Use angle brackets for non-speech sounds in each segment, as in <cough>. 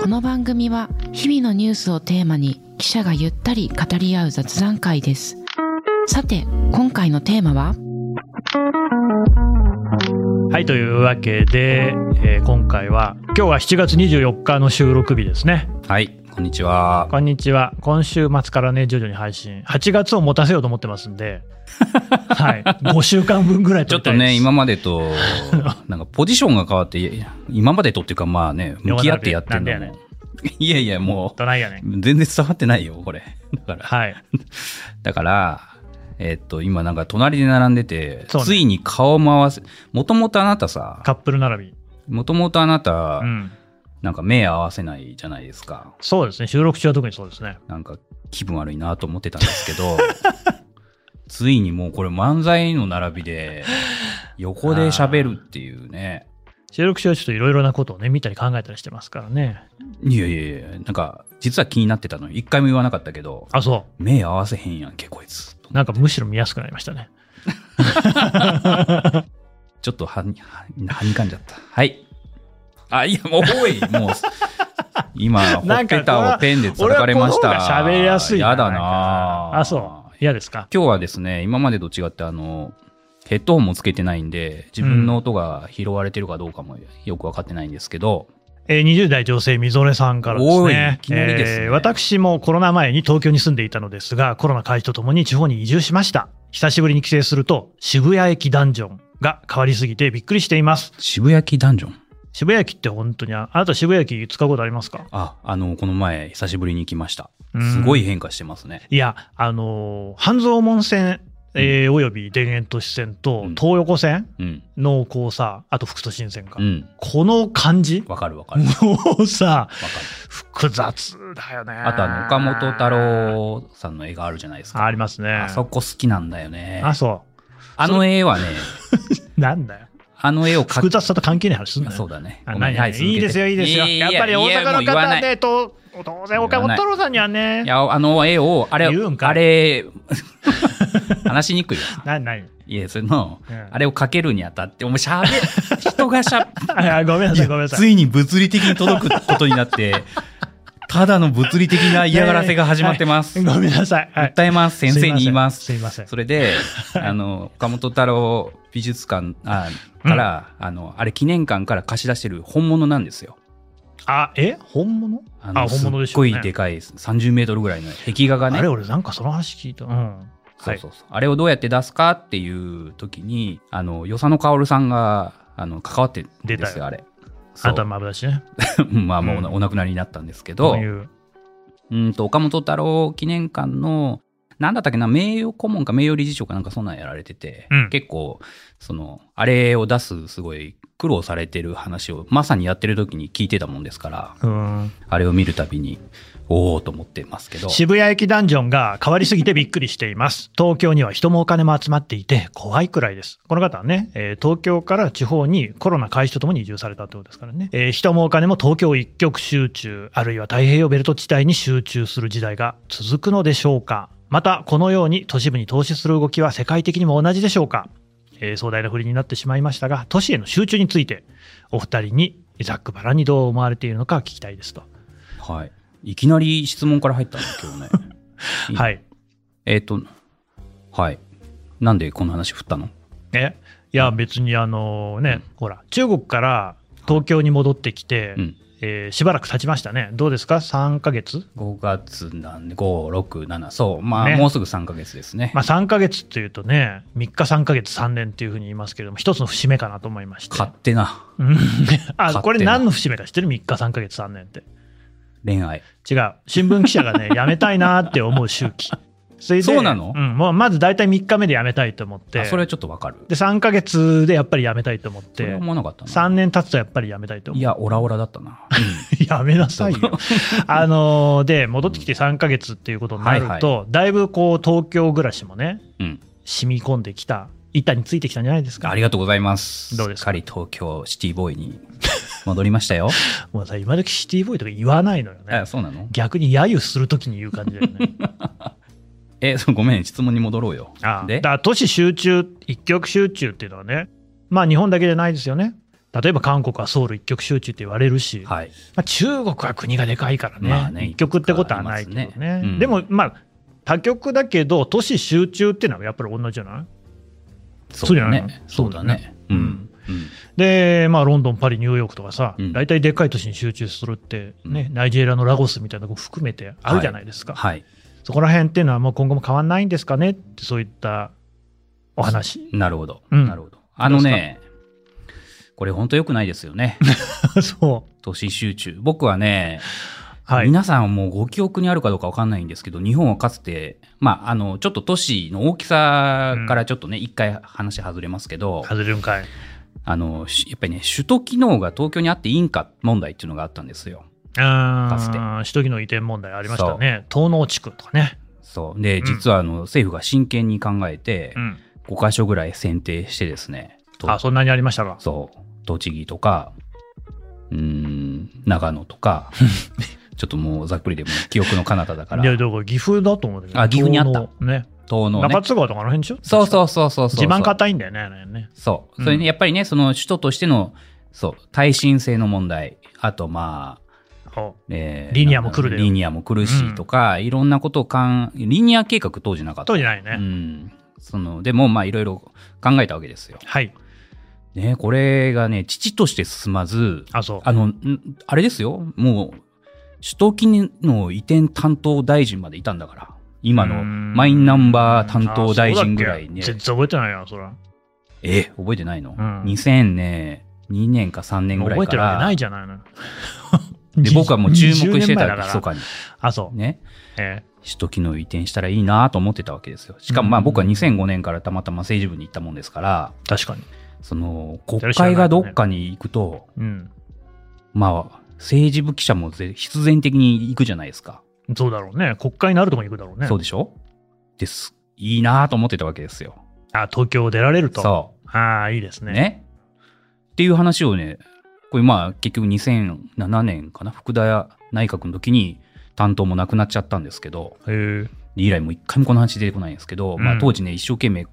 この番組は日々のニュースをテーマに記者がゆったり語り合う雑談会ですさて今回のテーマははい、というわけで、えー今回は、今日は7月24日の収録日ですね。はい、こんにちは。こんにちは。今週末からね、徐々に配信、8月を持たせようと思ってますん <laughs> で、はい、5週間分ぐらいち撮ょっったとやつね、今ま <laughs> でと、なんかポジションが変わって、いや今までとっていうか、まあね、向き合ってやってるのなんだよね。 <laughs> いやいや、もどないやねん。う、全然伝わってないよ、これ。だから、はい。だから、えっと、今なんか隣で並んでて、そうねついに顔回せ、もともとあなたさ、カップル並び。もともとあなた、うん。なんか目合わせないじゃないですか。そうですね。収録中は特にそうですね。なんか気分悪いなと思ってたんです <laughs> けど、ついにもうこれ漫才の並びで、横で喋るっていうね。収録中はちょっといろいろなことをね、見たり考えたりしてますからね。いやいやいや、なんか、実は気になってたのに、一回も言わなかったけど、あ、そ目合わせへんやんけ、こいつ。う。なんかむしろ見やすくなりましたね。ちょっとはに、ははにかんじゃった。はい。あ、いや、もう、おい、もう、今、<laughs> ほなっんかぺたをペンで叩かれました。俺はこの方が喋りやすいなやだなんなかあ、そう。嫌ですか今日はですね、今までと違って、あの、ヘッドホンもつけてないんで、自分の音が拾われてるかどうかもよくわかってないんですけど、えー20代女性みぞれさんからですおいいねきなりですねえー私もコロナ前に東京に住んでいたのですがコロナ開始とともに地方に移住しました久しぶりに帰省すると渋谷駅ダンジョンが変わりすぎてびっくりしています渋谷駅ダンジョン。渋谷駅って本当にああなた渋谷駅使うことありますかあ、あの、この前、久しぶりに来ました。うんすごい変化してますね。いやあのー半蔵門線、えーおよび田園都市線とうん東横線うん。のこうさあと副都心線か、うん。この感じわかるわかる。わかもうさる。複雑だよねあとあの、岡本太郎さんの絵があるじゃないですか。ありますねあそこ好きなんだよね。あ、そあの絵はね、う。なんだよ。あの絵を描複く。雑さと関係ない話すんあだよ。そうだね。あごめん何はいいいですよ、いいですよ。やっぱり大阪の方。続けていやいやいやもう言わないで、と当然岡本太郎さんにはねい、や、あの絵を、あれ、言うんかいあれ、 <laughs> 話しにくいよ。なない。いや、その、うんあれを描けるにあたって、お前しゃべ、 <laughs> 人がしゃべ、あごめんなさい、ごめんなさい。ついに物理的に届くことになって、ただの物理的な嫌がらせが始まってます。はいごめんなさい。はい訴えます。先生に言います。すいませんすそれ <laughs> で、あの、岡本太郎美術館あから、あの、あれ記念館から貸し出してる本物なんですよ。あ、え本物あのあ、本物でしすっょうごね。いでかい30メートルぐらいの壁画がね。あれ、俺なんかその話聞いた。うん。そうそうそう。あれをどうやって出すかっていう時に、あの、与謝野薫さんが、あの、関わってるん出でたすよよ、あれ。そうあとはマブだしね。 <laughs> まあ、もうおなうんお亡くなりになったんですけど、こうういう。んと、岡本太郎記念館の、なんだったっけな、名誉顧問か名誉理事長かなんかそんなんやられてて、うん結構、その、あれを出す、すごい苦労されてる話を、まさにやってる時に聞いてたもんですから、うんあれを見るたびに、おおと思ってますけど。渋谷駅ダンジョンが変わりすぎてびっくりしています。東京には人もお金も集まっていて怖いくらいです。この方はね、えー東京から地方にコロナ開始とともに移住されたってことですからね。えー人もお金も東京一極集中、あるいは太平洋ベルト地帯に集中する時代が続くのでしょうか。また、このように都市部に投資する動きは世界的にも同じでしょうか。えー壮大な振りになってしまいましたが、都市への集中について、お二人にざっくばらんにどう思われているのか聞きたいですと。はい。いきなり質問から入ったんだけ <laughs> どね。いいねはい。えっ、と、はい。なんでこの話振ったのえいや別にあのね、ほら中国から東京に戻ってきて、うん。えーしばらく経ちましたねどうですか3ヶ月5月なんで、5、6、7、そう。まあ、ねもうすぐ3ヶ月ですね。まあ3ヶ月っていうとね3日3ヶ月3年っていうふうに言いますけれども一つの節目かなと思いまして勝手なうん <laughs> 手あなこれ何の節目か知ってる3日3ヶ月3年って恋愛。違う新聞記者が <laughs> ねやめたいなって思う周期それでそうなのん、もうまず大体3日目でやめたいと思ってあそれはちょっとわかる。で3ヶ月でやっぱりやめたいと思っそれはて思わなかったな。 3年経つとやっぱりやめたいと思っていや、オラオラだったな。 <laughs> やめなさいよ。あのーで、戻ってきて3ヶ月っていうことになると、はだいぶこう、東京暮らしもね、うん。うん染み込んできた、板についてきたんじゃないですか。ありがとうございます。どうですかっかり東京シティボーイに戻りました <laughs> よ。もうさ、今時シティボーイとか言わないのよねあ、。そうなの逆に揶揄するときに言う感じだよね。 <laughs> え、そうごめん、質問に戻ろうよ。ああだでから都市集中、一極集中っていうのはね、まあ日本だけじゃないですよね。例えば韓国はソウル一極集中って言われるし、はい。まあ、中国は国がでかいからね、まあね一極ってことはないけどね一極はありますねうんでもまあ多極だけど都市集中っていうのはやっぱり同じじゃないそうじゃないのそうだね。うん。で、まあ、ロンドン、パリ、ニューヨークとかさ、うん大体でっかい都市に集中するって、ねナイジェリアのラゴスみたいなとこ含めてあるじゃないですか、はい。そこら辺っていうのはもう今後も変わんないんですかねって、そういったお <laughs> 話。なるほど。うんなるほど。あのね、これ本当良くないです <laughs> よね。そう。都市集中。僕はね、はい。皆さんもうご記憶にあるかどうかわかんないんですけど、日本はかつて、まあ、あの、ちょっと都市の大きさからちょっとね、一、回話外れますけど、外れるんかい。あの、しやっぱりね、首都機能が東京にあっていいんか問題っていうのがあったんですよ。あつてあ、首都機能移転問題ありましたね。東能地区とかね。そう。で、ん実はあの、政府が真剣に考えてう、ん。 5箇所ぐらい選定してですね、とあ、そんなにありましたか。そう、栃木とか、うーん、長野 <laughs> とか、ちょっともうざっくりでも記憶の彼方だかいや、ら、だから岐阜だと思うんだけど。あ岐阜にあった東能ね。東のね中津川とかあの辺でしょそうそうそうそうそう。地盤硬いんだよね、あの辺ね。そう。うんそれね、やっぱりね、その首都としての、そう、耐震性の問題、あとまあ、そえリニアも来るでよリニアも来るうんしとか、いろんなことをかん、リニア計画当時なかう。った。当時ないね。うん。その、でもまあいろいろ考えたわけですよ。はい。ね、これがね、父として進まず、あ、そう。あの、んあれですよ、もう、首都機能移転担当大臣までいたんだから、今うーのんマイナンバー担当大臣ぐらいあねそうだっけ。全然覚えてないよ、そら。え、覚えてないの、うん ?2000 ね、2年か3年ぐら覚いえかてるわら、けないじゃないの。で僕はもう注目してた20年前だから密かに、あ、そう。ね、え首都機能移転したらいいなと思ってたわけですよ。しかもまあうん僕は2005年からたまたま政治部に行ったもんですから、え確かに。その国会がどっかに行くと、うん。まあ政治部記者もぜ必然的に行くじゃないですか。そうだろうね。国会のあるとこに行くだろうね。そうでしょです。いいなぁと思ってたわけですよ。あ、東京を出られると。そああ、いいですう。ね。ねっていう話をね、これまあ結局2007年かな、福田内閣の時に担当もなくなっちゃったんですけど、へえ。以来もう一回もこの話出てこないんですけど、うんまあ当時ね、一生懸命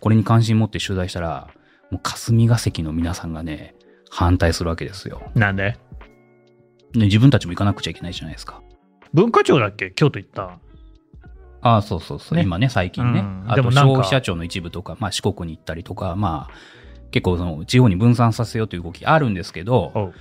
これに関心持って取材したら、もう霞が関の皆さんがね、反対するわけですよ。なんでね自分たちも行かなくちゃいけないじゃないですか。文化庁だっけ京都行った。ああ、そうそうそう。ね今ね、最近ね。うんあでともなんか消費者庁の一部とか、まあ四国に行ったりとか、まあ、結構その地方に分散させようという動きあるんですけど、おう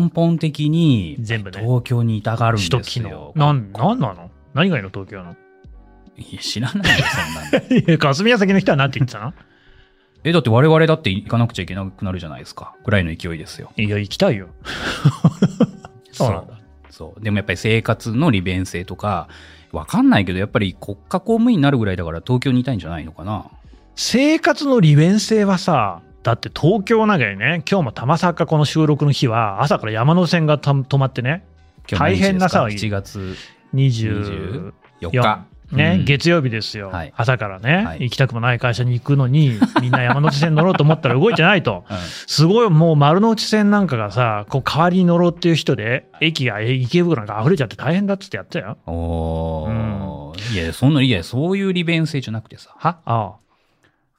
根本的に全部ね。東京にいたがるん首都です機能よ。。なん、なんなの何がいいの東京の。 <laughs> いや、知らないよ、そんなの。 <laughs> いや霞が関の人はなんて言ってたの <laughs> え、だって我々だって行かなくちゃいけなくなるじゃないですか。ぐらいの勢いですよ。いや、行きたいよ。 <laughs> そうなんだ。そう。でもやっぱり生活の利便性とか、わかんないけど、やっぱり国家公務員になるぐらいだから東京にいたいんじゃないのかな。生活の利便性はさ、だって東京なんかにね、今日もたまさかこの収録の日は、朝から山手線がた止まってね、今日何日大変な騒ぎですか7月20 4日。ね、うん月曜日ですよ、はい朝からね、はい、行きたくもない会社に行くのに、みんな山手線乗ろうと思ったら動いてないとうんすごいもう丸の内線なんかがさ、こう代わりに乗ろうっていう人で、駅がえ池袋なんか溢れちゃって大変だっつってやったよ。おー、いや、そんな、いや、そういう利便性じゃなくてさ、はああ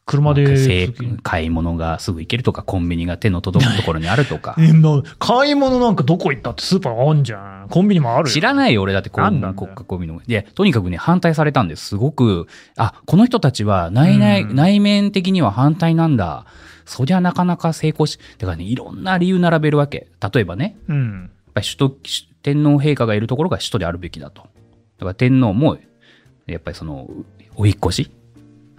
車でなんかせ通勤買い物がすぐ行けるとか、コンビニが手の届くところにある <laughs>。とかえな買い物なんかどこ行ったってスーパーあんじゃん。コンビニもあるよ。知らないよ、俺だってこう、なんなんだよ国家公務員の。で、とにかくね、反対されたんです。すごく、あ、この人たちは内内、うん内面的には反対なんだ。そりゃなかなか成功し、だからね、いろんな理由並べるわけ。例えばね、うん。やっぱり首都、天皇陛下がいるところが首都であるべきだと。だから天皇も、やっぱりその、お引っ越し、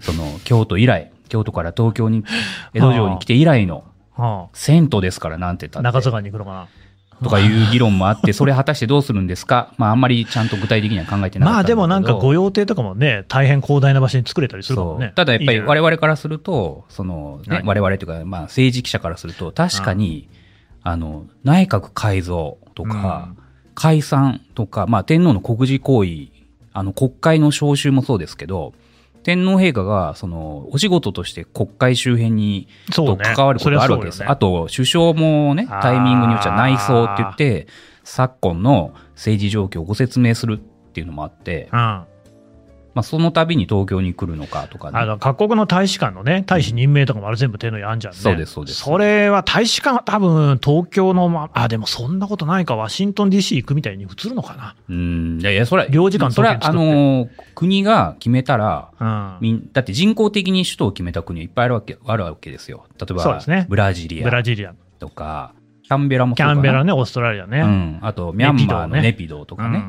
その、京都以来、京都から東京に、 <laughs> 江戸城に来て以来のは銭湯ですからなんて言ったあ、って中津川に行くのかとかいう議論も <laughs> あって、それ果たしてどうするんですかまあ、あんまりちゃんと具体的には考えてな。なかまあったんだけでど。もなんか御用邸とかもね、大変広大な場所に作れたりするかもそねう。ただやっぱりれ我々からすると、その、ねはい、我々というか、まあ政治記者からすると、確かに、あの、内閣改造とか、解散とか、まあ天皇の国事行為、あの国会の召集もそうですけど、天皇陛下が、その、お仕事として国会周辺に、そうとね。関わることがあるわけです。そりゃあと、首相もね、あータイミングによっちゃ内装って言って、昨今の政治状況をご説明するっていうのもあって、そうよねまあ、その度に東京に来るのかとかね。あの各国の大使館のね、大使任命とかもあれ全部手のやんじゃんね、そうですそうですそれは大使館は多分東京の、まあ、でもそんなことないか、ワシントン DC 行くみたいに移るのかうん、いやいや、それは、領事館それは、東あ京にの、国が決めたら、な。うん。みんだって人工的に首都を決めた国はいっぱいあるわけあるわけですよ。そ例えうでば、すねブラジリブアラジリア、とか、キャンベラもキそうャかなンベラね、オーストラリアうね。ん、あと、ミャンマーのネネピドーととかね。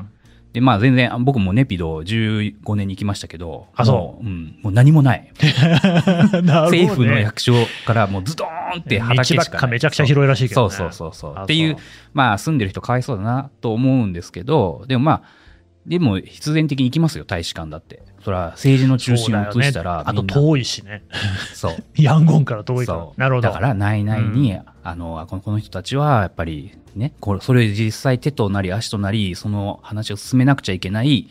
で、まあ全然、僕もネピドー15年に行きましたけど、あそうもう、うん、もう何もない。政政府の役所からもうズドーンって畑し道ばっかなかい。めちゃくちゃ広いらしいけど、そね。うそうそうそうあっていうそ、まあ住んでる人かわいそうだなと思うんですけど、でもまあ、でも必然的に行きますよ、大使館だって。それは政治の中心をそう移だよしたら、ね、あとみんな遠いしね。 <laughs> そう。ヤンゴンから遠いからそ。うなるほど。だから、ないないに、あのあこの、この人たちは、やっぱりね、これ、それ実際手となり足となり、その話を進めなくちゃいけない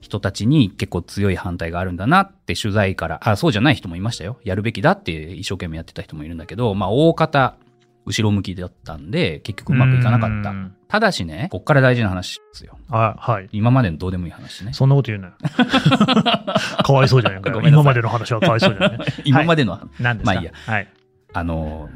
人たちに結構強い反対があるんだなって取材から、あ、そうじゃない人もいましたよ。やるべきだって一生懸命やってた人もいるんだけど、まあ、大方、後ろ向きだったんで、結局うまくいかなかっうた。んただしね、こっから大事な話ですよ。あはい。今までのどうでもいい話ね。そんなこと言うなよ。かわいそうじゃないかよ <laughs> ごめんなさ今いまでの <laughs> 話はかわいそうじゃ <laughs> ない。今までの、なんですかまあいいや。はい。あの、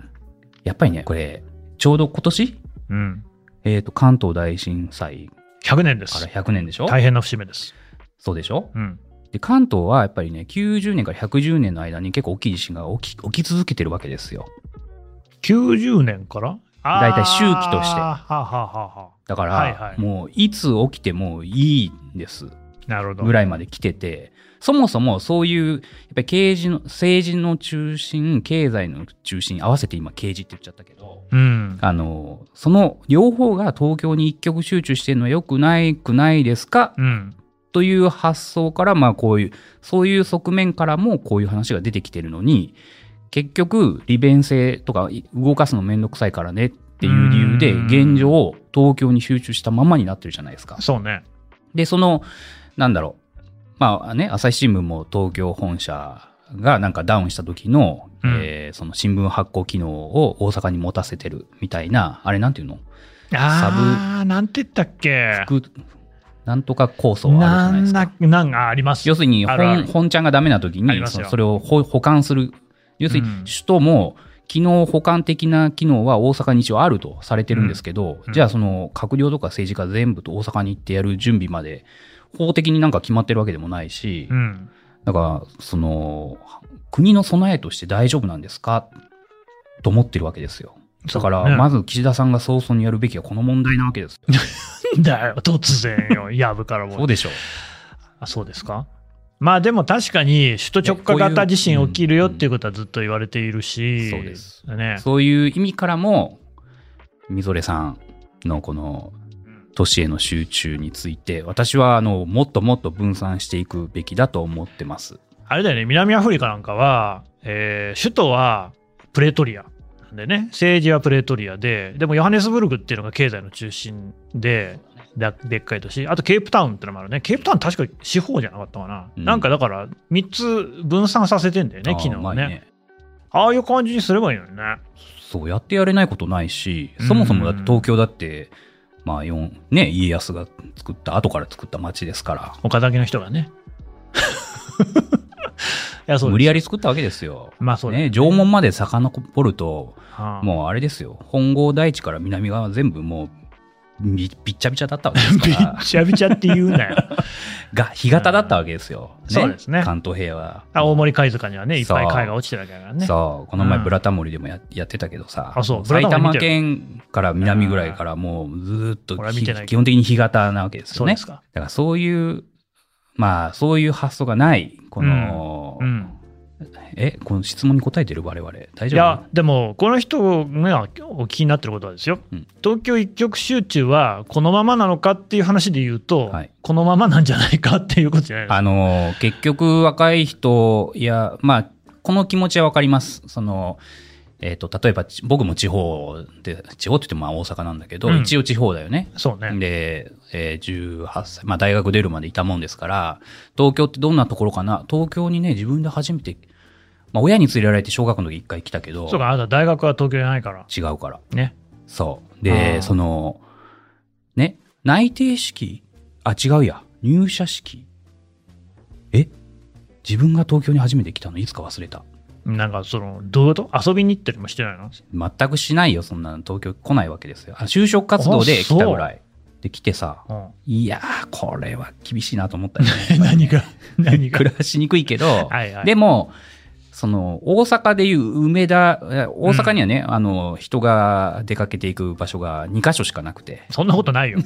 やっぱりね、これ、ちょうど今年うん。えっ、と、関東大震災100年でからす。 100年でしょ大変な節目です。そうでしょうん。で、関東はやっぱりね、90年から110年の間に結構大きい地震が起き起き続けてるわけですよ。 90年から大体周期としあーはあてはあはあはだから、はいはいもういつ起きてもいいんですあなるほど。ぐらいまで来てて、そもそもそういう、やっぱり経営の、政治の中心、経済の中心、合わせて今、経営って言っちゃったけど、うん。あの、その両方が東京に一極集中してるのは良くないくないですかうん。という発想から、まあこういう、そういう側面からもこういう話が出てきてるのに、結局、利便性とかい動かすのめんどくさいからねっていう理由で、うん現状、東京に集中したままになってるじゃないですか。そうね。で、その、なんだろう。まあね、朝日新聞も東京本社がなんかダウンした時の、うんえーその新聞発行機能を大阪に持たせてるみたいな、あれなんていうのああ、なんて言ったっけ。副なんとか構想あるじゃなないですんか。だ、なんかあります。要するにあるある本本ちゃんがダメな時ありにますよそそれを保保管する要するにうん首都も機能補完的な機能は大阪に一応あるとされてるんですけど、うんじゃあその閣僚とか政治家全部と大阪に行ってやる準備まで法的になんか決まってるわけでもないし、うん。だからその国の備えとして大丈夫なんですかと思ってるわけですよ。だかそうねら、まず岸田さんが早々にやるべきはこの問題なわけですよ。だよ、突然 <laughs> よ、やぶからもそう。でしょう。あそうですかまあでも確かに首都直下型地震起きるよっていうことはずっと言われているし、そうですね、そういう意味からも、みぞれさんのこの都市への集中について、私はあのもっともっと分散していくべきだと思ってます。あれだよね、南アフリカなんかは、えー首都はプレトリアなんでね、政治はプレトリアで、でもヨハネスブルグっていうのが経済の中心で、だでっかい都市、あとケープタウンってのもあるね、ケープタウン、確か四方じゃなかったかな、うんなんかだから、3つ分散させてんだよね、あー機能まあをねああいう感じにすればいいのにね。そうやってやれないことないしうん、そもそもだって東京だって、まあ四ね、家康が作った、後から作った町ですから、岡崎の人がね。 <laughs> いや、そうです無理やり作ったわけですよ。まあそうだよねね、縄文まで遡ると、はあもうあれですよ、本郷大地から南側は全部もう、びびっちゃびちゃだったわけですか <laughs> びっら。ちゃびちゃって言う <laughs> なよ。が干潟だったわけですよ。うんそうですね関東平野は。あ大森貝塚にはね、いっぱいそう貝が落ちてるわけだからね。そう、この前、うんブラタモリでもややってたけどさ、あそう埼ブラタモリ玉見てる県から南ぐらいからもうずーっと俺は見ひてないけど基本的に干潟なわけですそようね。ですか。だからそういう、まあそういう発想がない、この、うん。え、この質問に答えてる我々、大い丈夫や、でも、この人がお聞きになってることはですよ、うん東京一極集中はこのままなのかっていう話で言うと、はいこのままなんじゃないかっていうことじゃないですか。あの、結局若い人、いや、まあ、この気持ちはわかります。その、えっ、と、例えばち、僕も地方で、地方って言ってもまあ大阪なんだけど、うん一応地方だよね。そうね。で、えー18歳、まあ大学出るまでいたもんですから、東京ってどんなところかな東京にね、自分で初めて、まあ親に連れられて小学校の時一回来たけど、そうか、あなた大学は東京じゃないから。違うから。ね。そあう。ーで、その、ね、内定式あ、違うや。入社式ええ自分が東京に初めて来たのいつか忘れた。なんかその、どういうこと遊びに行ったりもしてないの全くしないよ、そんなの東京来ないわけですよ。あ就職活動で来たぐらい。で、来てさ、うん。いやー、これは厳しいなと思ったよ <laughs> ね何が、何 <laughs> が。暮らしにくいけど、はいはいでも、その、大阪でいう梅田、え大阪にはね、あの、人が出かけていく場所が2カ所しかなくて、そんなことない <laughs> よ。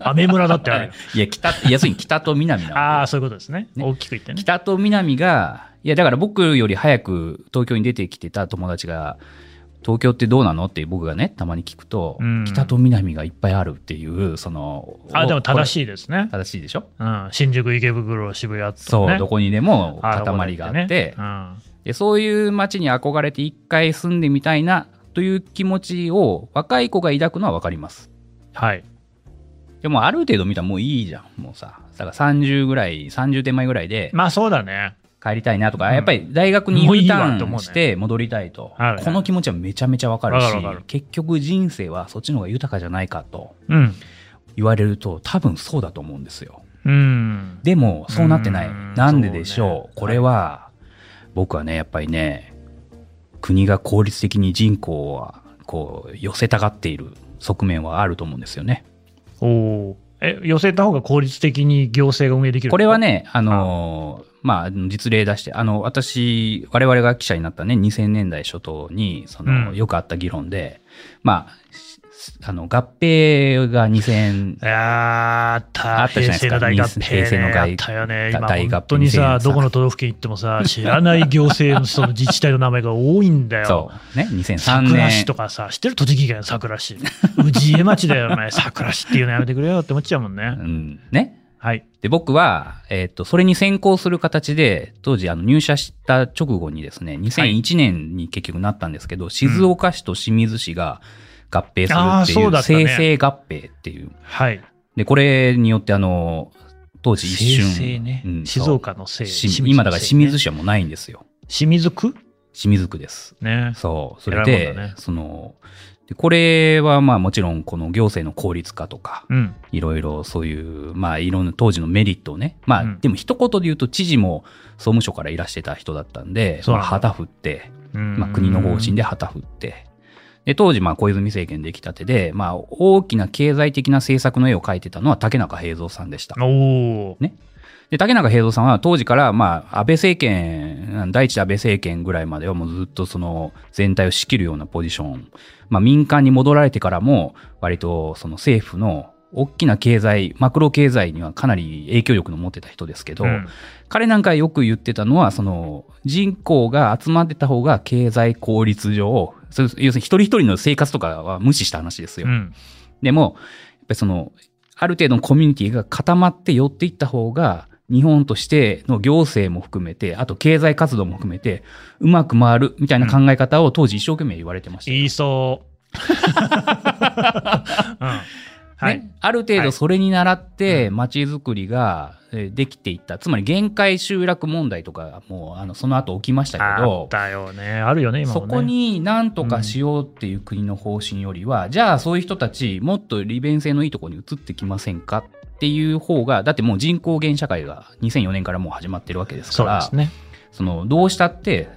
雨村だってあるよ。いや、北、要するに北と南な <laughs> あのあ、そういうことですね。ね大きく言ってね。北と南が、いや、だから僕より早く東京に出てきてた友達が、東京ってどうなのって僕がね、たまに聞くと、うん北と南がいっぱいあるっていう、その、あ、でも正い。しいですね。正しいでしょうん。新宿、池袋、渋谷とね。そう、どこにでもあー塊があって、うんでそういう街に憧れて一回住んでみたいなという気持ちを若い子が抱くのは分かりますはい。でもある程度見たらもういいじゃんもうさだから30ぐらい30手前ぐらいでまあそうだね。帰りたいなとか、うんやっぱり大学にもう U いいタわとー思うンねして戻りたいとはいはいこの気持ちはめちゃめちゃ分かるわしかるわかる結局人生はそっちの方が豊かじゃないかとうん。言われると多分そうだと思うんですようん。でも、そうなってなういーん。なんででしょう。そうねこれは、僕はね、やっぱりね、国が効率的に人口は、こう、寄せたがっている側面はあると思うんですよね。おお。え、寄せた方が効率的に行政が運営できるこれは、ね、あのー、まあ、実例出して、あの、私、我々が記者になったね、2000年代初頭に、その、うんよくあった議論で、まあ、しあの、合併が2000、いやーあったあったじゃないですか平成の大合併、ね、平成の大あったよね。大今、大合併本当にさ、 2003どこの都道府県行ってもさ、知らない行政のその自治体の名前が多いんだよ。そう、ね、2003桜市年と。かさ、知ってる栃木県桜市。氏家町だよ、お <laughs> 前。桜市っていうのやめてくれよって思っちゃうもんうね。ん、ね、はい。で、僕は、えっ、と、それに先行する形で、当時、あの、入社した直後にですね、2001年に結局なったんですけど、静岡市と清水市が合併あーするっていそうう、だったね生成合併っていう。はい。で、これによって、あの、当時一瞬、生成ねうん静岡のせい。し今だから清水市。市はもうないんですよ。清水区清水区です。ね。そう。それで、偉いもんだねその、でこれはまあもちろんこの行政の効率化とか、うん。いろいろそういう、まあいろんな当時のメリットをね。まあ、うんでも一言で言うと知事も総務省からいらしてた人だったんで、そうなんまあだ旗振って、ままあ国の方針で。で旗振って。で、当時まあ小泉政権できたてで、まあ大きな経済的な政策の絵を描いてたのは竹中平蔵さんでした。おお。で、竹中平蔵さんは当時からまあ安倍政権、第一安倍政権ぐらいまではもうずっとその全体を仕切るようなポジション。まあ民間に戻られてからも割とその政府の大きな経済、マクロ経済にはかなり影響力の持ってた人ですけど、うん彼なんかよく言ってたのは、その人口が集まってた方が経済効率上、そう要するに一人一人の生活とかは無視した話ですよ。うん。でも、やっぱりその、ある程度のコミュニティが固まって寄っていった方が、日本としての行政も含めて、あと経済活動も含めて、うまく回るみたいな考え方を当時一生懸命言われてましたよ。言い <laughs> そう。うんはい。ね、ある程はい度それに倣って、う街づくりがえーできていった。つまり限界集落問題とかも、あの、その後起きましたけあどっ、たよね。あるよね、今もそね。こになんとかしようっていう国の方針よりは、じゃあそういう人たちもっと利便性のいいところに移ってきませんかっていう方がだってもう人口減社会が2004年からもう始まってるわけですそかうでらすね。そのどうしたって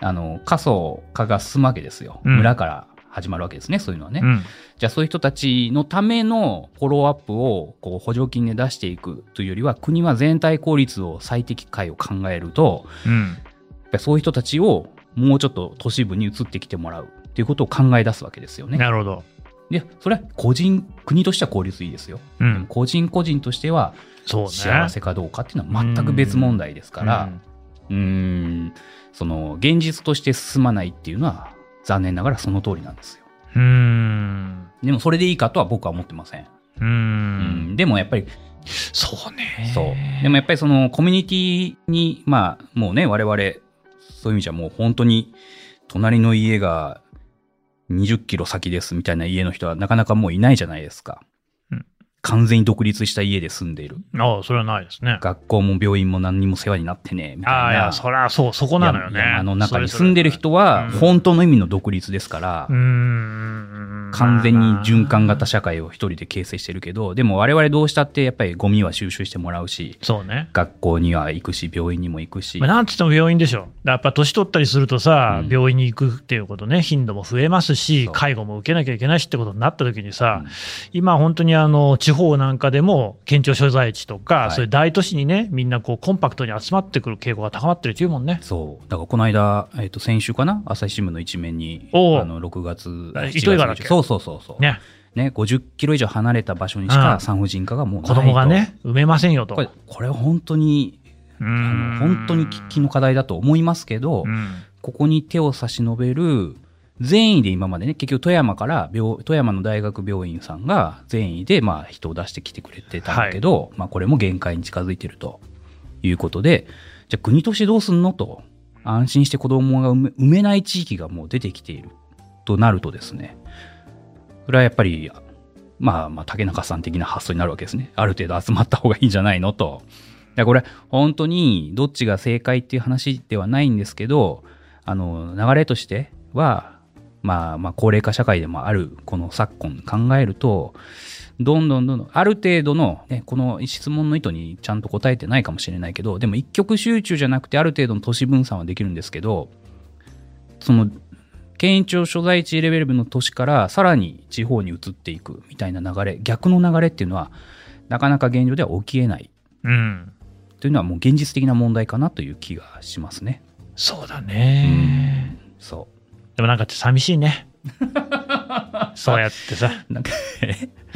あの過疎化が進むわけですよ、うん村から始まるわけですねそういうのはね、うん。じゃあそういう人たちのためのフォローアップをこう補助金で出していくというよりは国は全体効率を最適解を考えるとうん。やっぱりそういう人たちをもうちょっと都市部に移ってきてもらうっていうことを考え出すわけですよね。なるほど。で、それは個人、国としては効率いいですよ。うでもん。個人個人としてはそうね。幸せかどうかっていうのは全く別問題ですから、うーん、その現実として進まないっていうのは残念ながらその通りなんですよ。うん。うん。でもそれでいいかとは僕は思ってません。う。うんん、でもやっぱりそうね。そう。でもやっぱりそのコミュニティに、まあもうね、我々、そういう意味じゃもう本当に、隣の家が20キロ先ですみたいな家の人はなかなかもういないじゃないですか。うん完全に独立した家で住んでいる。ああ、それはないですね。学校も病院も何にも世話になってねえ、みたいな。ああ、いや、そりゃそう、そこなのよね。あの中に住んでる人は、うん本当の意味の独立ですからうー、ん完全に循環型社会を一人で形成してるけど、でも我々どうしたってやっぱりゴミは収集してもらうし、そうね。学校には行くし、病院にも行くしまあ、、なんつっても病院でしょ。やっぱ年取ったりするとさ、うん病院に行くっていうことね、頻度も増えますしそ、う介護も受けなきゃいけないしってことになった時にさ、うん今本当にあの、地方なんかでも県庁所在地とか、はいそういう大都市にね、みんなこうコンパクトに集まってくる傾向が高まってるっていうもんね。そう。だからこの間、えっ、と、先週かな朝日新聞の一面に、おうあの、6月、あ7月糸魚川だっけそうそうそうそう。ね。ね、 50キロ以上離れた場所にしかうん産婦人科がもうない子と。供が。ね、埋めませんよと。これ、これ本当に、うあんの本当に喫緊の課題だと思いますけど、うんここに手を差し伸べる、善意で今までね、結局富山から病、富山の大学病院さんが善意で、まあ、人を出してきてくれてたんだけど、まあ、これも限界に近づいてるということで、じゃあ国としてどうすんのと、安心して子供が産め産めない地域がもう出てきているとなるとですね、それはやっぱり、まあ、まあ、竹中さん的な発想になるわけですね。ある程度集まった方がいいんじゃないのと。いやこれ、本当にどっちが正解っていう話ではないんですけど、あの、流れとしては、まあ、まあ、高齢化社会でもある、この昨今考えると、どんどんどんどん、ある程度の、ね、この質問の意図にちゃんと答えてないかもしれないけど、でも一極集中じゃなくて、ある程度の都市分散はできるんですけど、その、県庁所在地レベルの都市からさらに地方に移っていくみたいな流れ、逆の流れっていうのは、なかなか現状では起きえないうんというのはもう現実的な問題かなという気がしますね。そうだね。そでもなんかって寂しい <laughs> ね。そうやってさ。う。なんか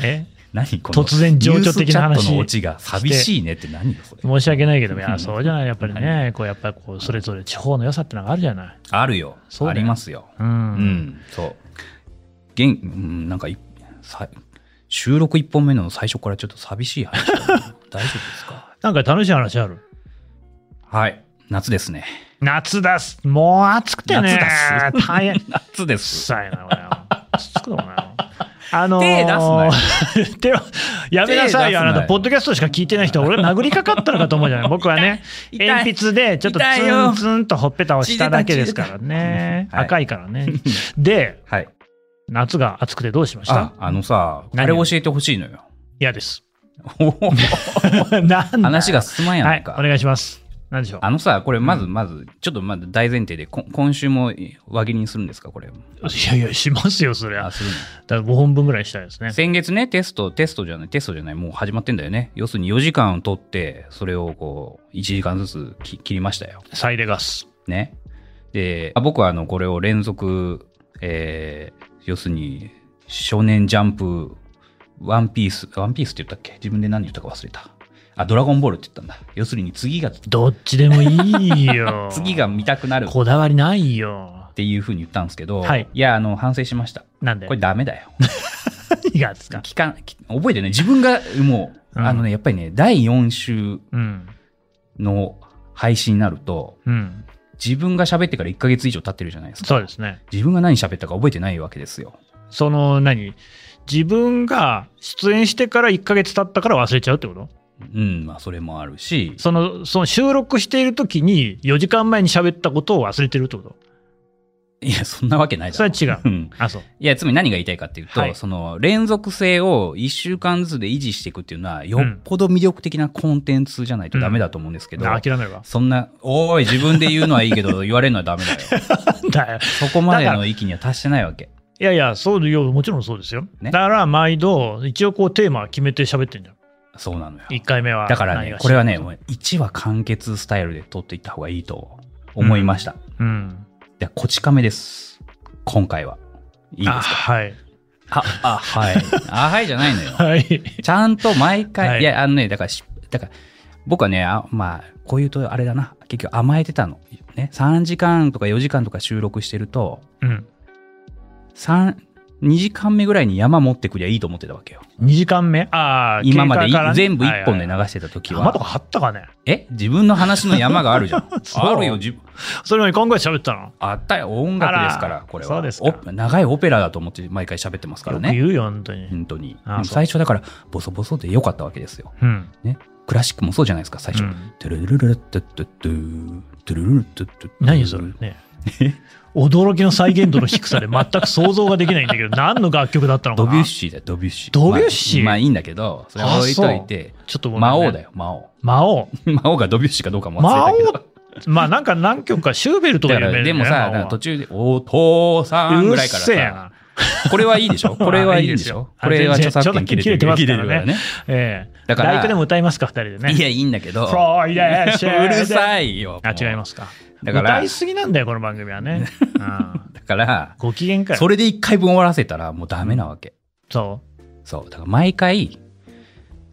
え何この突然情緒的な話ニュースチャットのオチが寂しいねって何よそれ。申し訳ないけど、 <laughs> いや、そうじゃない。やっぱりね、こう、やっぱりこう、それぞれ地方の良さってのがあるじゃない。あるよ。そうだあよりますよ。う。うんん。そう。現うん、なんかいさ収録1本目の最初からちょっと寂しい <laughs> 話だな大丈夫ですかなんか楽しい話あるはい。夏ですね。夏だす。もう暑くてね。夏 <laughs> だす大変。く夏でっす。さいな、これ。つつくのかな。あのー手出すなよ <laughs> 手をやめなさいよ、手あ出すなよなた、ポッドキャストしか聞いてない人は、俺、殴りかかったのかと思う <laughs> じゃない、僕はね、痛い痛い鉛筆でちょっとツ痛いよンツンとほっぺたをしただけですからね、血出た血出たはい <laughs> 赤いからね。で、はい。夏が暑くてどうしましあた、あのさ、あれ何を教えてほしいの <laughs> よ。嫌です。おおなんだ話が進まんやはないい、か。お願いします。なんでしょう。あのさ、これまずまず、ちょっとまず大前提で、こ今週も輪切りにするんですか、これ。いやいや、しますよ、そりゃ。あ、だかするのら5本分ぐらいしたいですね。 <laughs> 先月ね、テスト、テストじゃない、テストじゃない、もう始まってんだよね。要するに4時間を取って、それをこう、1時間ずつき切りましたよ。サイレガス。ね。で、あ僕はあの、これを連続、えー、要するに、少年ジャンプ、ワンピース、ワンピースって言ったっけ自分で何言ったか忘れた。あ、ドラゴンボールって言ったんだ。要するに次が、どっちでもいいよ。 <laughs> 次が見たくなるっこだわりないよ。ていうふうに言ったんですけど、はいや、あの、反省しました。なんでこれダメだよ。何がですか聞かん、聞覚えてね、自分がもう、うんあのね、やっぱりね、第4週うん。の配信になると、うん。自分が喋ってから1ヶ月以上経ってるじゃないですか。そうですね。自分が何喋ったか覚えてないわけですよ。その、何自分が出演してから1ヶ月経ったから忘れちゃうってことうん、まあ、それもあるし、その、その収録している時に4時間前に喋ったことを忘れてるってこといや、そんなわけないだろ。それは違ううん。あ、そう。いや、つまり何が言いたいかっていうと、はいその、連続性を1週間ずつで維持していくっていうのは、よっぽど魅力的なコンテンツじゃないとダメだと思うんですけど、諦めれば。そんな、おーい、自分で言うのはいいけど、言 <laughs> われるのはダメだよ。なんだよ。そこまでの域には達してないわけ。いやいや、そうよ、もちろんそうですよ。ねだから、毎度、一応こうテーマ決めて喋ってんじゃん。そうなのよ。 1回目は。だから何ねが、しこれはね、もう1話完結スタイルで撮っていった方がいいと思いました。うん。で、こち亀です。今回は。いいですあかはい。あ、あ、はい。 <laughs> あ、はいじゃないのよ。はい。ちゃんと毎回、はいい、や、あのね、だからし、だから、僕はね、あまあ、こういうとあれだな、結局甘えてたの。ね、3時間とか4時間とか収録してると、うん。 3、 2時間目ぐらいに山持ってくりゃいいと思ってたわけよ。 2時間目ああ、今までい経過からね全部1本で流はいはいしてた時山とかは。張ったかねえ自分の話の山がある <laughs> じゃん。そうあるよ、自分。それより今後喋ったのあったよ、音楽ですかあらら、これそはうですかお長いオペラだと思って毎回喋ってますからよく言ね。うよ、本当に。本当に。あでもそう最初だから、ボソボソで良かったわけですよ。うん。ね。クラシックもそうじゃないですか、最初。うんトゥルルルルットゥットゥットゥトゥルルルットゥットゥットゥ何それね。驚きの再現度の低さで全く想像ができないんだ <laughs> けど、何の楽曲だったのかドなビュッシーだよ、ドビュッシー。ドビュッシーまあまあいいんだけど、それは置いといて、ちょっとごめんね魔王だよ、魔王。魔王。魔王がドビュッシーかどうかも忘れたけど。まあなんか何曲かシューベルトが有だか名だよねらでもさ、魔王だはから途中で、お父さんぐらいからうっせえさな、これはいいでしょこれはいいでしょあこれは全然著作権切れてる著作権切れてますからね切れてるええ。だからライトでも歌いますか、二人でね。いや、いいんだけど、フロイデシェうるい。さいよ。。あ、違いますすか。だから歌いすぎなんだよ、この番組は <laughs> ね。うんだから、ご機嫌かよそ。れで一回分終わらせたらもうダメなわけ。そそう。だから毎回、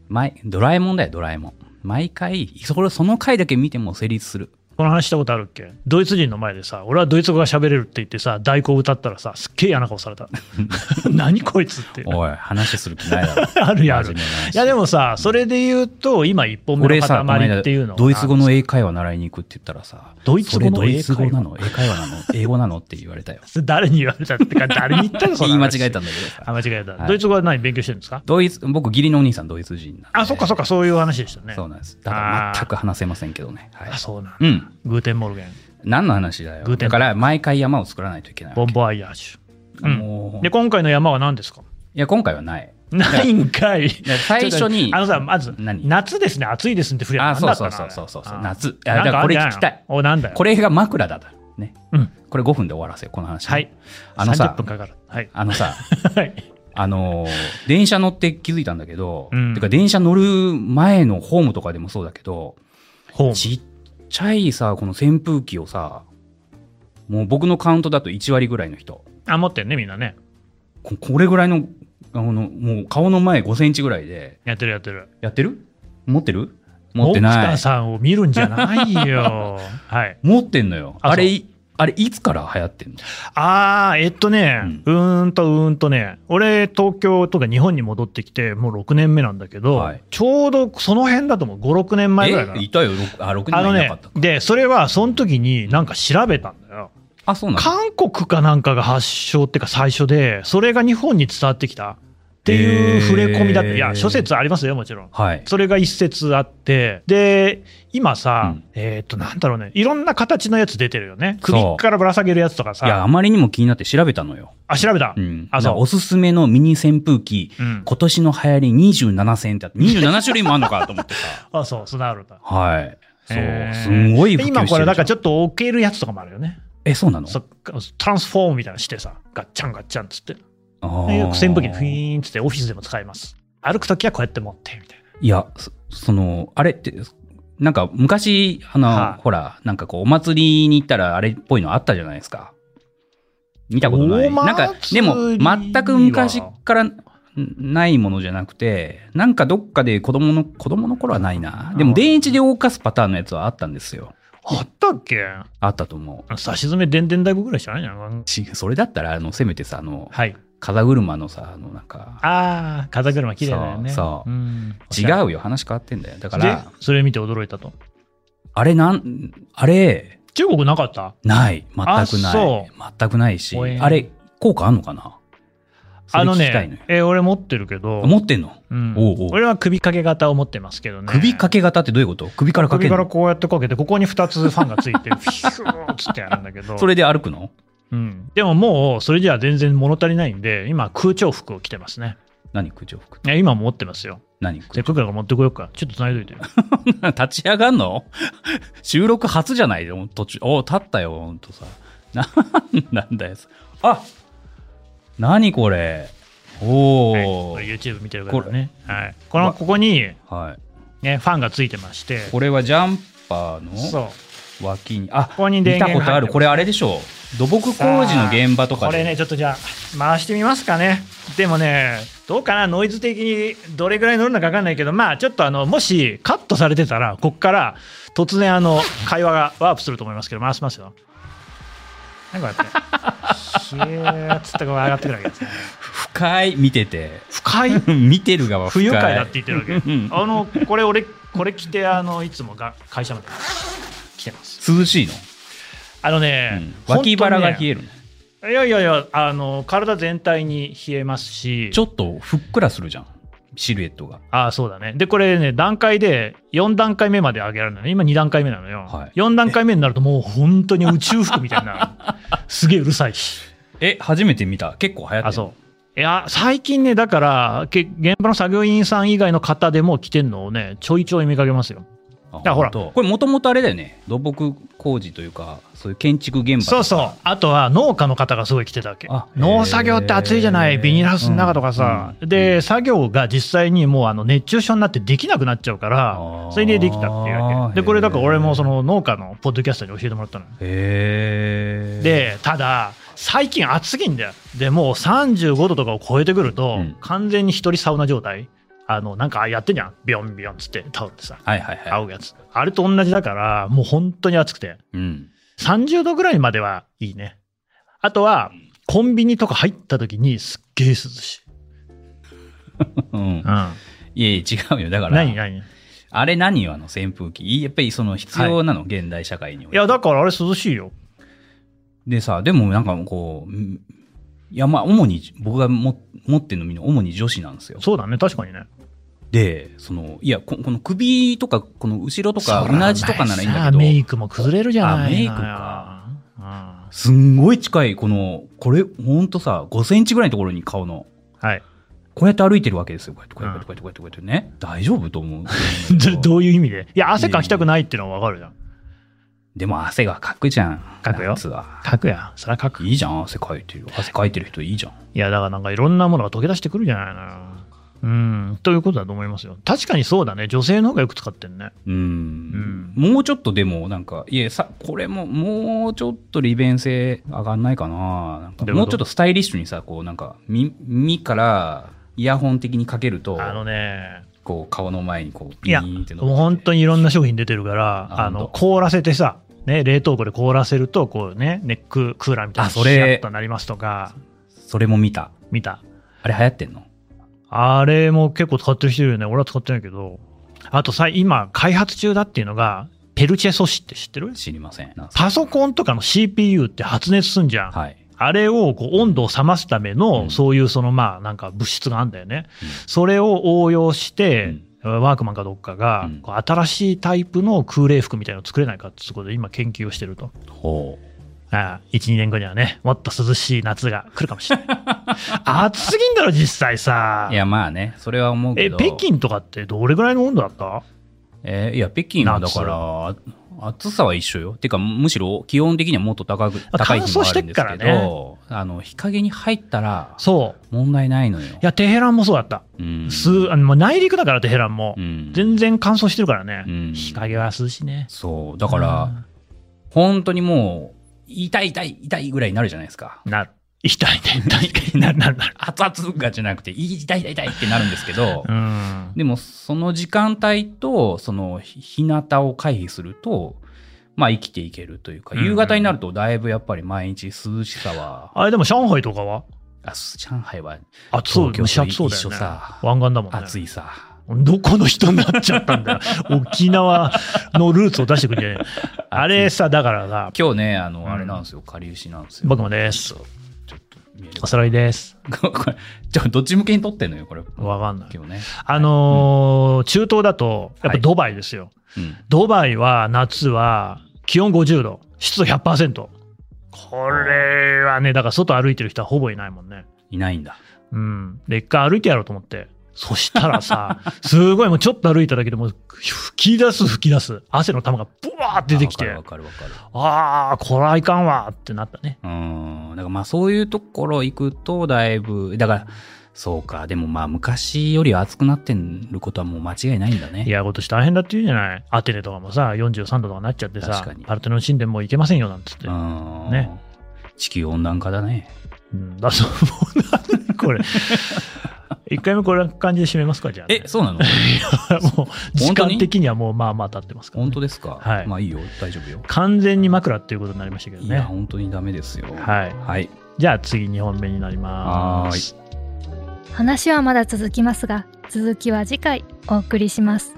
毎、ドラえもんだよ、ドラえもん。毎回、それその回だけ見ても成立すう。る。この話したことあるっけドイツ人の前でさ、俺はドイツ語が喋れるって言ってさ、大鼓を歌ったらさ、すっげえ嫌な顔された。 <laughs> 何こいつって。おい、話する気ないだろ。 <laughs> あるやある。真い面目な話やでもさ、それで言うと、今一本目俺のさ、この塊間っていうのはドイツ語の英会話習いに行くって言ったらさ、ドイツ語のそれドイツ語英会話なの英会話なの英語なのって言われたよ。誰に言われたってか、誰に言ったの <laughs> そ言のい話間違えたんだけどさあ、。間違えた。はいドイツ語は何勉強してるんですかドイツ、僕、義理のお兄さん、ドイツ人なんで。あ、そっかそっか、そういう話でしたね。そうなんです。だから全く話せませんけどね。はいあ、。そうなんだ。うん。グーテンモルゲン、何の話だよ。グーテだンから毎回山を作らないといけないわボけ。ンボワイヤージュ。うんもうで、今回の山は何ですかいや、今回はない。ないんかい。、だから最初にあのさ、まず、何夏ですね、暑いですって振りあ、なんそだうったそのうそうそうそうそう。。夏。いあやれだなんからかこあんれじゃない聞のきたい。お、なんだよ。これが枕だだ。ね。うん。これ5分で終わらせよう、この話。はい。あのさ30分かかる。はい。あの <laughs> さ、はい。あのー電車乗って気づいたんだけど、うんてか電車乗る前のホームとかでもそうだけど、ホーム。ちっちゃいさ、この扇風機をさ、もう僕のカウントだと1割ぐらいの人、あ、持ってんね、みんなね。ここれぐらいの、あの、もう顔の前5センチぐらいで、やってるやってる。やってる持ってる持ってモンスなターい。さんを見るんじゃない <laughs> よ。はい。持ってんのよ。ああれそ、あれ、いつから流行ってんのあー、えっとね、うんうーんとうーんとね、俺、東京とか日本に戻ってきて、もう6年目なんだけど、はいちょうどその辺だと思う、5、6年前ぐらいかなえ、。いたよ。ろくあ、6あ人のもいなかねった、か。で、それは、その時になんか調べたんだよ。あ、そうなんだ。韓国かなんかが発祥っていうか最初で、それが日本に伝わってきたっていへうー触れ込みだって、いや、諸説ありますよ、もちろん。はい。それが一説あって、で、今さ、うんえーっと、なんだろうね、いろんな形のやつ出てるよね。そう首からぶら下げるやつとかいや、さ、あまりにも気になって調べたのよ。あ、調べた。うん。あ、だかそらうお。すすめのミニ扇風機、うん今年の流行り27選ってあって、27種類もあるのかと思っ <laughs> てさ。あ、そう、そうなるんだ。はい。そうえ。ーすんごい普及してるじゃん。今これ、だからちょっと置けるやつとかもあるよね。え、そうなのそトランスフォームみたいなのしてさ、ガッチャンガッチャンっつって。あでー扇風機にフィーンっつってオフィスでも使えます。歩くときはこうやって持ってみたいいや、そその、あれって、なんか昔、あの、はいほら、なんかこう、お祭りに行ったらあれっぽいのあったじゃないですか。見たことない。おなん祭りか、でも、全く昔からんないものじゃなくて、なんかどっかで子供の、子供の頃はないな。でうも、ん電池で動かすパターンのやつはあったんですよ。な。あったっけあったと思う。差し詰め電電大部ぐらいじゃないのちそれだったら、あの、せめてさ、あの、はい。風車のさ、あの、なんか、ああ、風車綺麗だよね。そうそううん違うよ、話変わってんだよ。だかでら、、それ見て驚いたと。あれなん、あれ、中国なかったない。全くあなそい。全くないし。おえあれ、効果あんのかなあのそれ聞きたいよね、えー俺持ってるけど、持ってんのうんおうおう俺は首掛け型を持ってますけどね。首掛け型ってどういうこと首から掛首けかるらのこうやってかけて、ここに2つファンがつい <laughs> て、フィューっつってやるんだけど、それで歩くのうん、でももう、それじゃ全然物足りないんで、今、空調服を着てますね。何空調服いや今も持ってますよ。何せっ <laughs> 空かくだから持ってこようか。ちょっと繋いどいてよ。調立ち上がんの <laughs> 収録初じゃないよ。途中。おう立ったよ、ほんとさ。 <laughs> なんなんだよ。あ何これ。おお、はい、こはれい。 YouTube 見てるからね。はい、このここに、ね、ファンがついてまして、これはジャンパーそのう脇に。あ、ここに電見た源ことが入あってる。これあれでしょう。土木工事の現場とかこでれね、ちょっとじゃあ、回してみますかね。でもね、どうかな、ノイズ的にどれぐらい乗るのか分かんないけど、まあ、ちょっとあのもしカットされてたら、ここから突然あの会話がワープすると思いますけど、回しますよ。なんかやっぱり、冷えっつったか上がってくるわけですね。深い、見てて。深い、見てる側不深い。愉快だって言ってるわけ。うんあの、これ俺、これ着て、あの、いつもが会社まで来てます。涼しいの、あのうねん、脇腹が冷える。るの、いやいやいや、あの、体全体に冷えますし、ちょっとふっくらするじゃん。シルエットが。ああ、そうだね。で、これね、段階で、4段階目まで上げられるのね。今2段階目なのよ。はい4段階目になるともう本当に宇宙服みたい <laughs> な。すげえうるさいし。え、初めて見た。結構流行ってるあ、そう。いや、最近ね、だから、け現場の作業員さん以外の方でも着てんのをね、ちょいちょい見かけますよ。あだからほら本当これもともとあれだよね土木工事というかそういう建築現 <laughs> 場そうそう。あとは農家の方がすごい着てたわけあ。農作業って暑いじゃなへいービニールハウスの中とかさ。うんで、作業が実際にもうあの熱中症になってできなくなっちゃうからあー、それでできたっていうわけ。で、これだから俺もその農家のポッドキャストに教えてもらったのよ。へえで、ただ、最近暑いんだよ。で、もう35度とかを超えてくると、うん完全に一人サウナ状態。あの、なんかやってんじゃん。ビヨンビヨンつってタオルでさ、はいはいはい、仰ぐやつ。あれと同じだから、もう本当に暑くて。うん、 30度ぐらいまではいいね。あとは、コンビニとか入った時にすっげえ涼しい。うんう、ん。いやいや違うよだから何何いあれ何よあの扇風機いいやっぱりその必要なの、現代社会においてや、だからあれ涼しいよ。でさでもなんかこうんいやまあ主に僕がも持ってるのみんな主に女子なんですよそうだね、確かにね。でそのいやここの首とかこの後ろとかそらうなじとかならいいんおだ前さけどメイクも崩れるじゃないあメイクかか。うんすんごい近い、この、これ、ほんとさ、5センチぐらいのところに顔の、はい。。こうやって歩いてるわけですよ。こうやって、こうやって、こうやって、こうやって、こうやってね。大丈夫と思うそれ <laughs> どういう意味でいや、汗かきたくないっていうのはわかるじゃん。でも汗がかくじゃん。かくよ夏は。かくや。そりゃかく。いいいじゃん、汗かいてる。汗かいてる人いいじゃん。や、だからなんかいろんなものが溶け出してくるじゃないのよ。うん。ということだと思いますよ。確かにそうだね。女性の方がよく使ってんね。うーん。もうちょっとでも、なんか、いえ、さ、これも、もうちょっと利便性上がんないかな。なんどかういうこともうちょっとスタイリッシュにさ、こう、なんか、み耳から、イヤホン的にかけると、あのね、こう、顔の前にこう、いビや、ーンって伸びもうて本当にいろんな商品出てるから、ああの、本当凍らせてさ、ね、冷凍庫で凍らせると、こうね、ネッククーラーみたいなあそれシャッとなりますとか、それも見た。見た。あれ流行ってんのあれも結構使ってる人いるよね。俺は使ってないけど。あとさ、今、開発中だっていうのが、ペルチェ素子って知ってる知りません。なんすかパソコンとかの CPU って発熱すんじゃん。はい。あれをこう温度を冷ますための、うんそういうそのまあなんか物質があるんだよね。うんそれを応用して、ワークマンかどっかが、うんこう新しいタイプの空冷服みたいなのを作れないかってことで今研究をしてると。ほああ1、2年後にはね、もっと涼しい夏が来るかもし <laughs> れない。暑すぎんだろ、実際さい。や、まあね、それは思うけえ、ど。北京とかってどれぐらいの温度だったえーいや、北京はだから、あ暑さは一緒よ。てか、むしろ気温的にはもっと高く、あ高い日もあるんです乾燥してっけど、からあの、日陰に入ったら、そう。問題ないのよ。いや、テヘランもそうだった。うん、すあのまあ内陸だから、テヘランも。うん全然乾燥してるからね。うん日陰は涼しいね。そう。だから、本当にもう、痛い痛い痛いぐらいになるじゃないですか。なる。痛いね。痛い。なるなるなる。熱々がじゃなくて、痛い痛い痛いってなるんですけど、うん。でもその時間帯とそのひ日向を回避すると、まあ、生きていけるというか、うん夕方になるとだいぶやっぱり毎日涼しさは、あれでも上海とかはあ上海は暑そう、蒸東し京と暑そうだ一よ緒ねさ。湾岸だもんね。暑いさ、どこの人になっちゃったんだよ。 <laughs> 沖縄のルーツを出してく <laughs> るんじゃないあれさ、だからさ、今日ねあんのあれなんですよ、かりゆしなんですよ僕もです。ちょっと見えるおさらいです。ここれちょどっち向けに撮ってんのよこれわかんない。今日ね、あのー中東だと、やっぱはいドバイですよ。うん、ドバイは夏は気温50度、湿度100%。これはね、だから外歩いてる人はほぼいないもんね。いないんだうん。で、一回歩いてやろうと思って。そしたらさ、 <laughs> すごいもうちょっと歩いただけでもう吹き出す吹き出す。汗の玉がブワーって出てきて、あわあかるわかるわかるあー、これはいかんわーってなったね。うんだからまあそういうところ行くとだいぶだからそうかでもまあ昔よりは暑くなってることはもう間違いないんだねいや、今年大変だって言うじゃない。アテネとかもさ、43度とかなっちゃってさ確かに、パルテノン神殿もう行けませんよなんつって。うんね地球温暖化だね <laughs> うん、だそう、もう何これ。一回目これな感じで締めますか、じゃあ、ね。え、そ <laughs> うなのもう、時間的にはもうまあまあ経ってますから、ね本。当ですか、はいまあいいよ、大丈夫よ。完全に枕っていうことになりましたけどいや、ね。本当にダメですよ。はい。はい。じゃあ次2本目になります。話はまだ続きますが続きは次回お送りします